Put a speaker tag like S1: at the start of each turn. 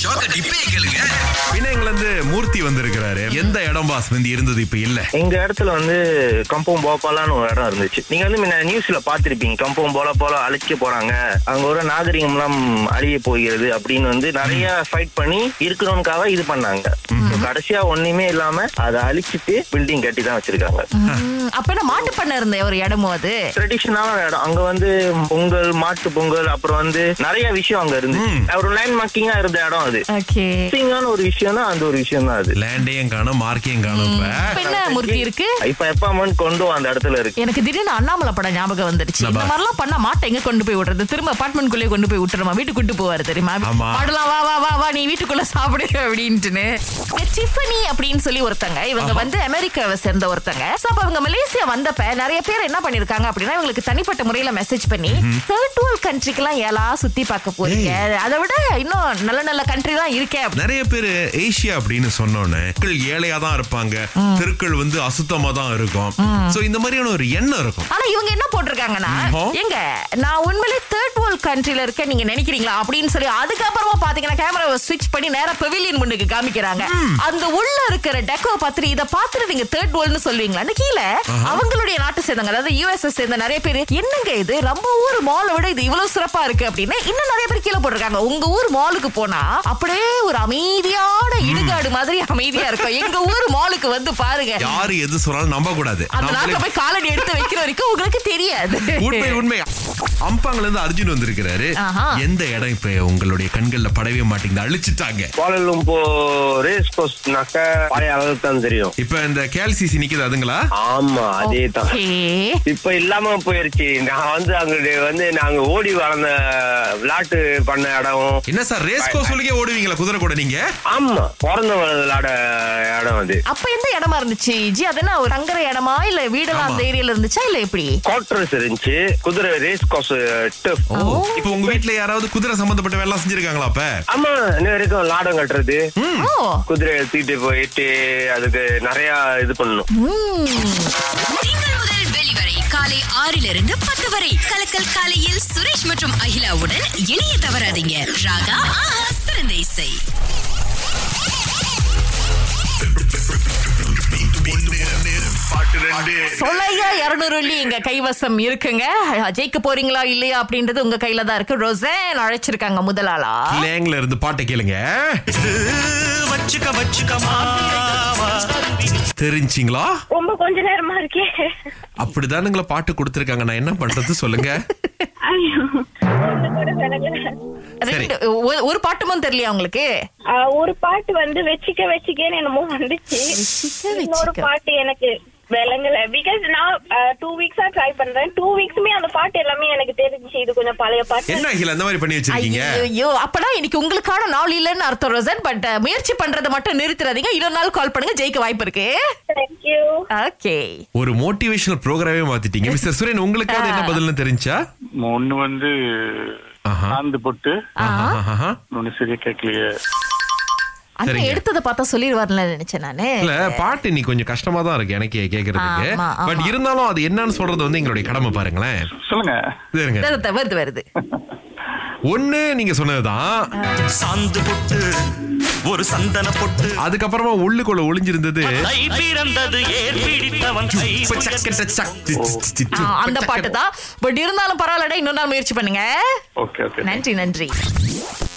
S1: ஷாக்க டிப்பே கேளுங்க
S2: பின்னங்கள்ல இருந்து மூர்த்தி வந்திருக்கிறாரு எந்த இடம் பாஸ் வந்து இருந்தது இப்ப இல்ல
S3: எங்க இடத்துல வந்து கம்பம் போபாலான்னு ஒரு இடம் இருந்துச்சு நீங்க வந்து முன்ன நியூஸ்ல பாத்திருப்பீங்க கம்பம் போல போல அழிக்க போறாங்க அங்க ஒரு நாகரிகம்லாம் அழிய போகிறது அப்படின்னு வந்து நிறைய ஃபைட் பண்ணி இருக்கணும்னுக்காக இது பண்ணாங்க கடைசியா ஒண்ணுமே இல்லாம அதை அழிச்சிட்டு பில்டிங் கட்டி தான் வச்சிருக்காங்க
S4: ம், அப்ப நான் மாட்டு பண்ண இருந்தேன் ஒரு இடமும் அது
S3: ட்ரெடிஷனலான இடம் அங்க வந்து பொங்கல் மாட்டு பொங்கல் அப்புறம் வந்து நிறைய விஷயம் அங்க இருந்து ஒரு லேண்ட் மார்க்கிங்கா இருந்த இடம் அது
S4: ஓகே
S3: இன்ட்ரெஸ்டிங்கான ஒரு விஷயம்னா அந்த ஒரு விஷயம் தான் அது
S2: லேண்டையும் காணும் மார்க்கையும் காணும் இப்ப
S4: இப்ப என்ன மூர்த்தி இருக்கு
S3: இப்ப எப்பாமன் கொண்டு வா அந்த இடத்துல இருக்கு
S4: எனக்கு திடீர்னு அண்ணாமலை படம் ஞாபகம் வந்துருச்சு இந்த மாதிரிலாம் பண்ண மாட்டை எங்க கொண்டு போய் விடுறது திரும்ப அபார்ட்மெண்ட் குள்ளே கொண்டு போய் விட்டுருமா வீட்டுக்கு கூட்டு போவாரு தெரியுமா
S2: ஆமா.
S4: பாடலாம் வா வா வா வா நீ வீட்டுக்குள்ள சாப்பிடு அப்படின்ட்டுன்னு இந்த டிஃபனி அப்படின்னு சொல்லி ஒருத்தங்க இவங்க வந்து அமெரிக்காவை சேர்ந்த ஒருத்தங்க So, அப்ப அவங்க மலேசியா வந்தப்ப நிறைய பேர் என்ன பண்ணிருக்காங்க அப்படின்னா இவங்களுக்கு தனிப்பட்ட முறையில மெசேஜ் பண்ணி தேர்ட் வேர்ல்ட் கண்ட்ரிக்கு எல்லாம் ஏலா சுத்தி பார்க்க போறீங்க அதை விட இன்னும் நல்ல நல்ல கண்ட்ரி தான் இருக்கே அப்படி
S2: நிறைய பேரு ஏசியா அப்படின்னு சொன்னோன்னே மக்கள் ஏழையா தான் இருப்பாங்க தெருக்கள் வந்து அசுத்தமா தான் இருக்கும் சோ இந்த மாதிரியான ஒரு எண்ணம் இருக்கும்
S4: ஆனா இவங்க என்ன போட்டிருக்காங்கன்னா
S2: ம்ஹும்.
S4: எங்க நான் உண்மையிலே தேர்ட் வேர்ல்ட் கண்ட்ரில இருக்க நீங்க நினைக்கிறீங்களா அப்படின்னு சொல்லி அதுக்கப்புறமா பாத்தீங்கன்னா கேமராவை ஸ்விட்ச் பண்ணி நேரா பெவிலியன் முன்னுக்கு காமிக்கிறாங்க அந்த உள்ள இருக்கிற டெக்கோ பார்த்துட்டு இதை பார்த்துட்டு நீங்க தேர்ட் வேர்ல்ட்னு சொல்லுவீங்களா கீழே அவங்களுடைய நாட்டு சேர்ந்தவங்க அதாவது யூஎஸ்எஸ் சேர்ந்த நிறைய பேர் என்னங்க இது ரொம்ப ஊர் மாலை விட இது இவ்வளவு சிறப்பா இருக்கு அப்படின்னு இன்னும் நிறைய பேர் கீழே போட்டிருக்காங்க உங்க ஊர் மாலுக்கு போனா அப்படியே ஒரு அமைதியான இடுகாடு மாதிரி அமைதியா இருக்கும் எங்க ஊர் மாலுக்கு வந்து பாருங்க
S2: யாரு எது சொன்னாலும் நம்ப கூடாது
S4: அந்த நாட்டுல போய் காலடி எடுத்து வைக்கிற வரைக்கும் உங்களுக்கு தெரியாது
S2: உண்மை உண்மை அம்பாங்கல இருந்து அர்ஜுன் வந்திருக்கிறாரு
S4: ஆஹா.
S2: எந்த இடம் இப்ப உங்களுடைய கண்கள்ல படவே மாட்டேங்குது அழிச்சிட்டாங்க
S3: கோலலும் போ ரேஸ் கோஸ்ட்னாக்கா பழைய அளவுக்கு தான் தெரியும்
S2: இப்ப இந்த கேல்சிசி நிக்குது அதுங்களா
S3: ஆமா அதே தான்
S4: Okay.
S3: இப்ப இல்லாம போயிருச்சு நான் வந்து அங்க வந்து நாங்க ஓடி வளர்ந்த விளையாட்டு பண்ண இடம்
S2: என்ன சார் ரேஸ் கோர்ஸ் சொல்லிக்கே ஓடுவீங்களா குதிரை கூட நீங்க
S3: ஆமா பிறந்த விளையாட இடம் அது
S4: அப்ப எந்த இடமா இருந்துச்சு ஜி அதென்ன ஒரு தங்குற இடமா இல்ல வீடெல்லாம்
S2: ஆமா.
S4: அந்த ஏரியால இருந்துச்சா இல்ல எப்படி
S3: குவார்டர்ஸ் இருந்துச்சு குதிரை ரேஸ் கோஸ் டஃப்
S2: ஓ இப்ப உங்க வீட்ல யாராவது குதிரை சம்பந்தப்பட்ட வேலை செஞ்சிருக்காங்களா அப்ப
S3: ஆமா இன்ன வரைக்கும் லாடம் கட்டுறது
S4: ஓ
S3: குதிரை எடுத்துக்கிட்டு போயிட்டு அதுக்கு நிறைய இது பண்ணணும்
S5: திங்கள் முதல் வெளிவரை காலை ஆறிலிருந்து பத்து வரை கலக்கல் காலையில் சுரேஷ் மற்றும் அகிலாவுடன் இணைய தவறாதீங்க ராகா ஆஹா சிறந்த இசை
S4: சொல்லையா இருநூறு வெள்ளி எங்க கைவசம் இருக்குங்க ஜெயிக்க போறீங்களா இல்லையா அப்படின்றது உங்க கையில தான் இருக்கு ரோசன் அழைச்சிருக்காங்க முதலாளா
S2: லேங்ல இருந்து பாட்டை கேளுங்க
S1: வச்சுக்க வச்சுக்க மாவா
S2: தெரிஞ்சிங்களா
S6: ரொம்ப கொஞ்ச நேரமா இருக்கேன்
S2: அப்படிதானுங்களா பாட்டு கொடுத்திருக்காங்க நான் என்ன பண்றது சொல்லுங்க
S6: ஐயோ ஒண்ணு கூட விளங்கல.
S4: ரெண்டு ஒரு- ஒரு பாட்டுமும் தெரியலையா உங்களுக்கு
S6: ஆ, ஒரு பாட்டு வந்து வெச்சிக்க வெச்சிக்கேன்னு என்னமோ வந்துச்சு
S4: வெச்சிக்க,
S6: இன்னொரு
S4: வெச்சிக்க.
S6: பாட்டு எனக்கு விளங்கல பிகாஸ் நான் டூ வீக்ஸா ட்ரை பண்றேன் டூ வீக்ஸுமே அந்த பாட்டு எல்லாமே எனக்கு தெரிஞ்சு இது கொஞ்சம் பழைய பாட்டு
S2: என்ன அகில அந்த மாதிரி பண்ணி வச்சிருக்கீங்க
S4: ஐயோ அப்பனா இன்னைக்கு உங்களுக்கான நாள் இல்லைன்னு அர்த்தம் ரோசன் பட் முயற்சி பண்றதை மட்டும் நிறுத்துறாதீங்க இன்னொரு நாள் கால் பண்ணுங்க ஜெயிக்க வாய்ப்பு இருக்கு
S6: தேங்க்யூ
S4: ஓகே
S2: ஒரு மோட்டிவேஷனல் ப்ரோக்ராமே மாத்திட்டீங்க மிஸ்டர் சுரேன் உங்களுக்காவது என்ன பதில்னு தெரிஞ்சா
S7: ஒண்ணு வந்து
S2: ஆஹா.
S7: சாந்து போட்டு
S2: ஆஹா.
S7: ஒண்ணு சரியா கேட்கலையே
S4: அந்த
S2: சரிங்க.
S4: எடுத்ததை பார்த்தா சொல்லிடுவார்ல நினைச்சேன் நானு
S2: இல்ல பாட்டு இன்னைக்கு கொஞ்சம் கஷ்டமா தான் இருக்கு எனக்கே கேக்குறதுக்கு
S4: ஆமா, ஆமா.
S2: பட் இருந்தாலும் அது என்னன்னு சொல்றது வந்து எங்களுடைய கடமை பாருங்களேன்
S7: சொல்லுங்க
S2: இருங்க.
S4: வருது, வருது வருது
S2: ஒண்ணு நீங்க சொன்னதுதான்
S1: சாந்து பொட்டு ஒரு சந்தன பொட்டு
S2: அதுக்கப்புறமா உள்ளுக்குள்ள ஒளிஞ்சிருந்தது
S1: கை பிறந்தது ஏர் பிடித்தவன் கை
S2: சக்கட்ட சக்தி.
S4: ஆ, அந்த பாட்டு தான் பட் இருந்தாலும் பரவாயில்லடா இன்னொரு நாள் முயற்சி பண்ணுங்க
S7: ஓகே ஓகே
S4: நன்றி நன்றி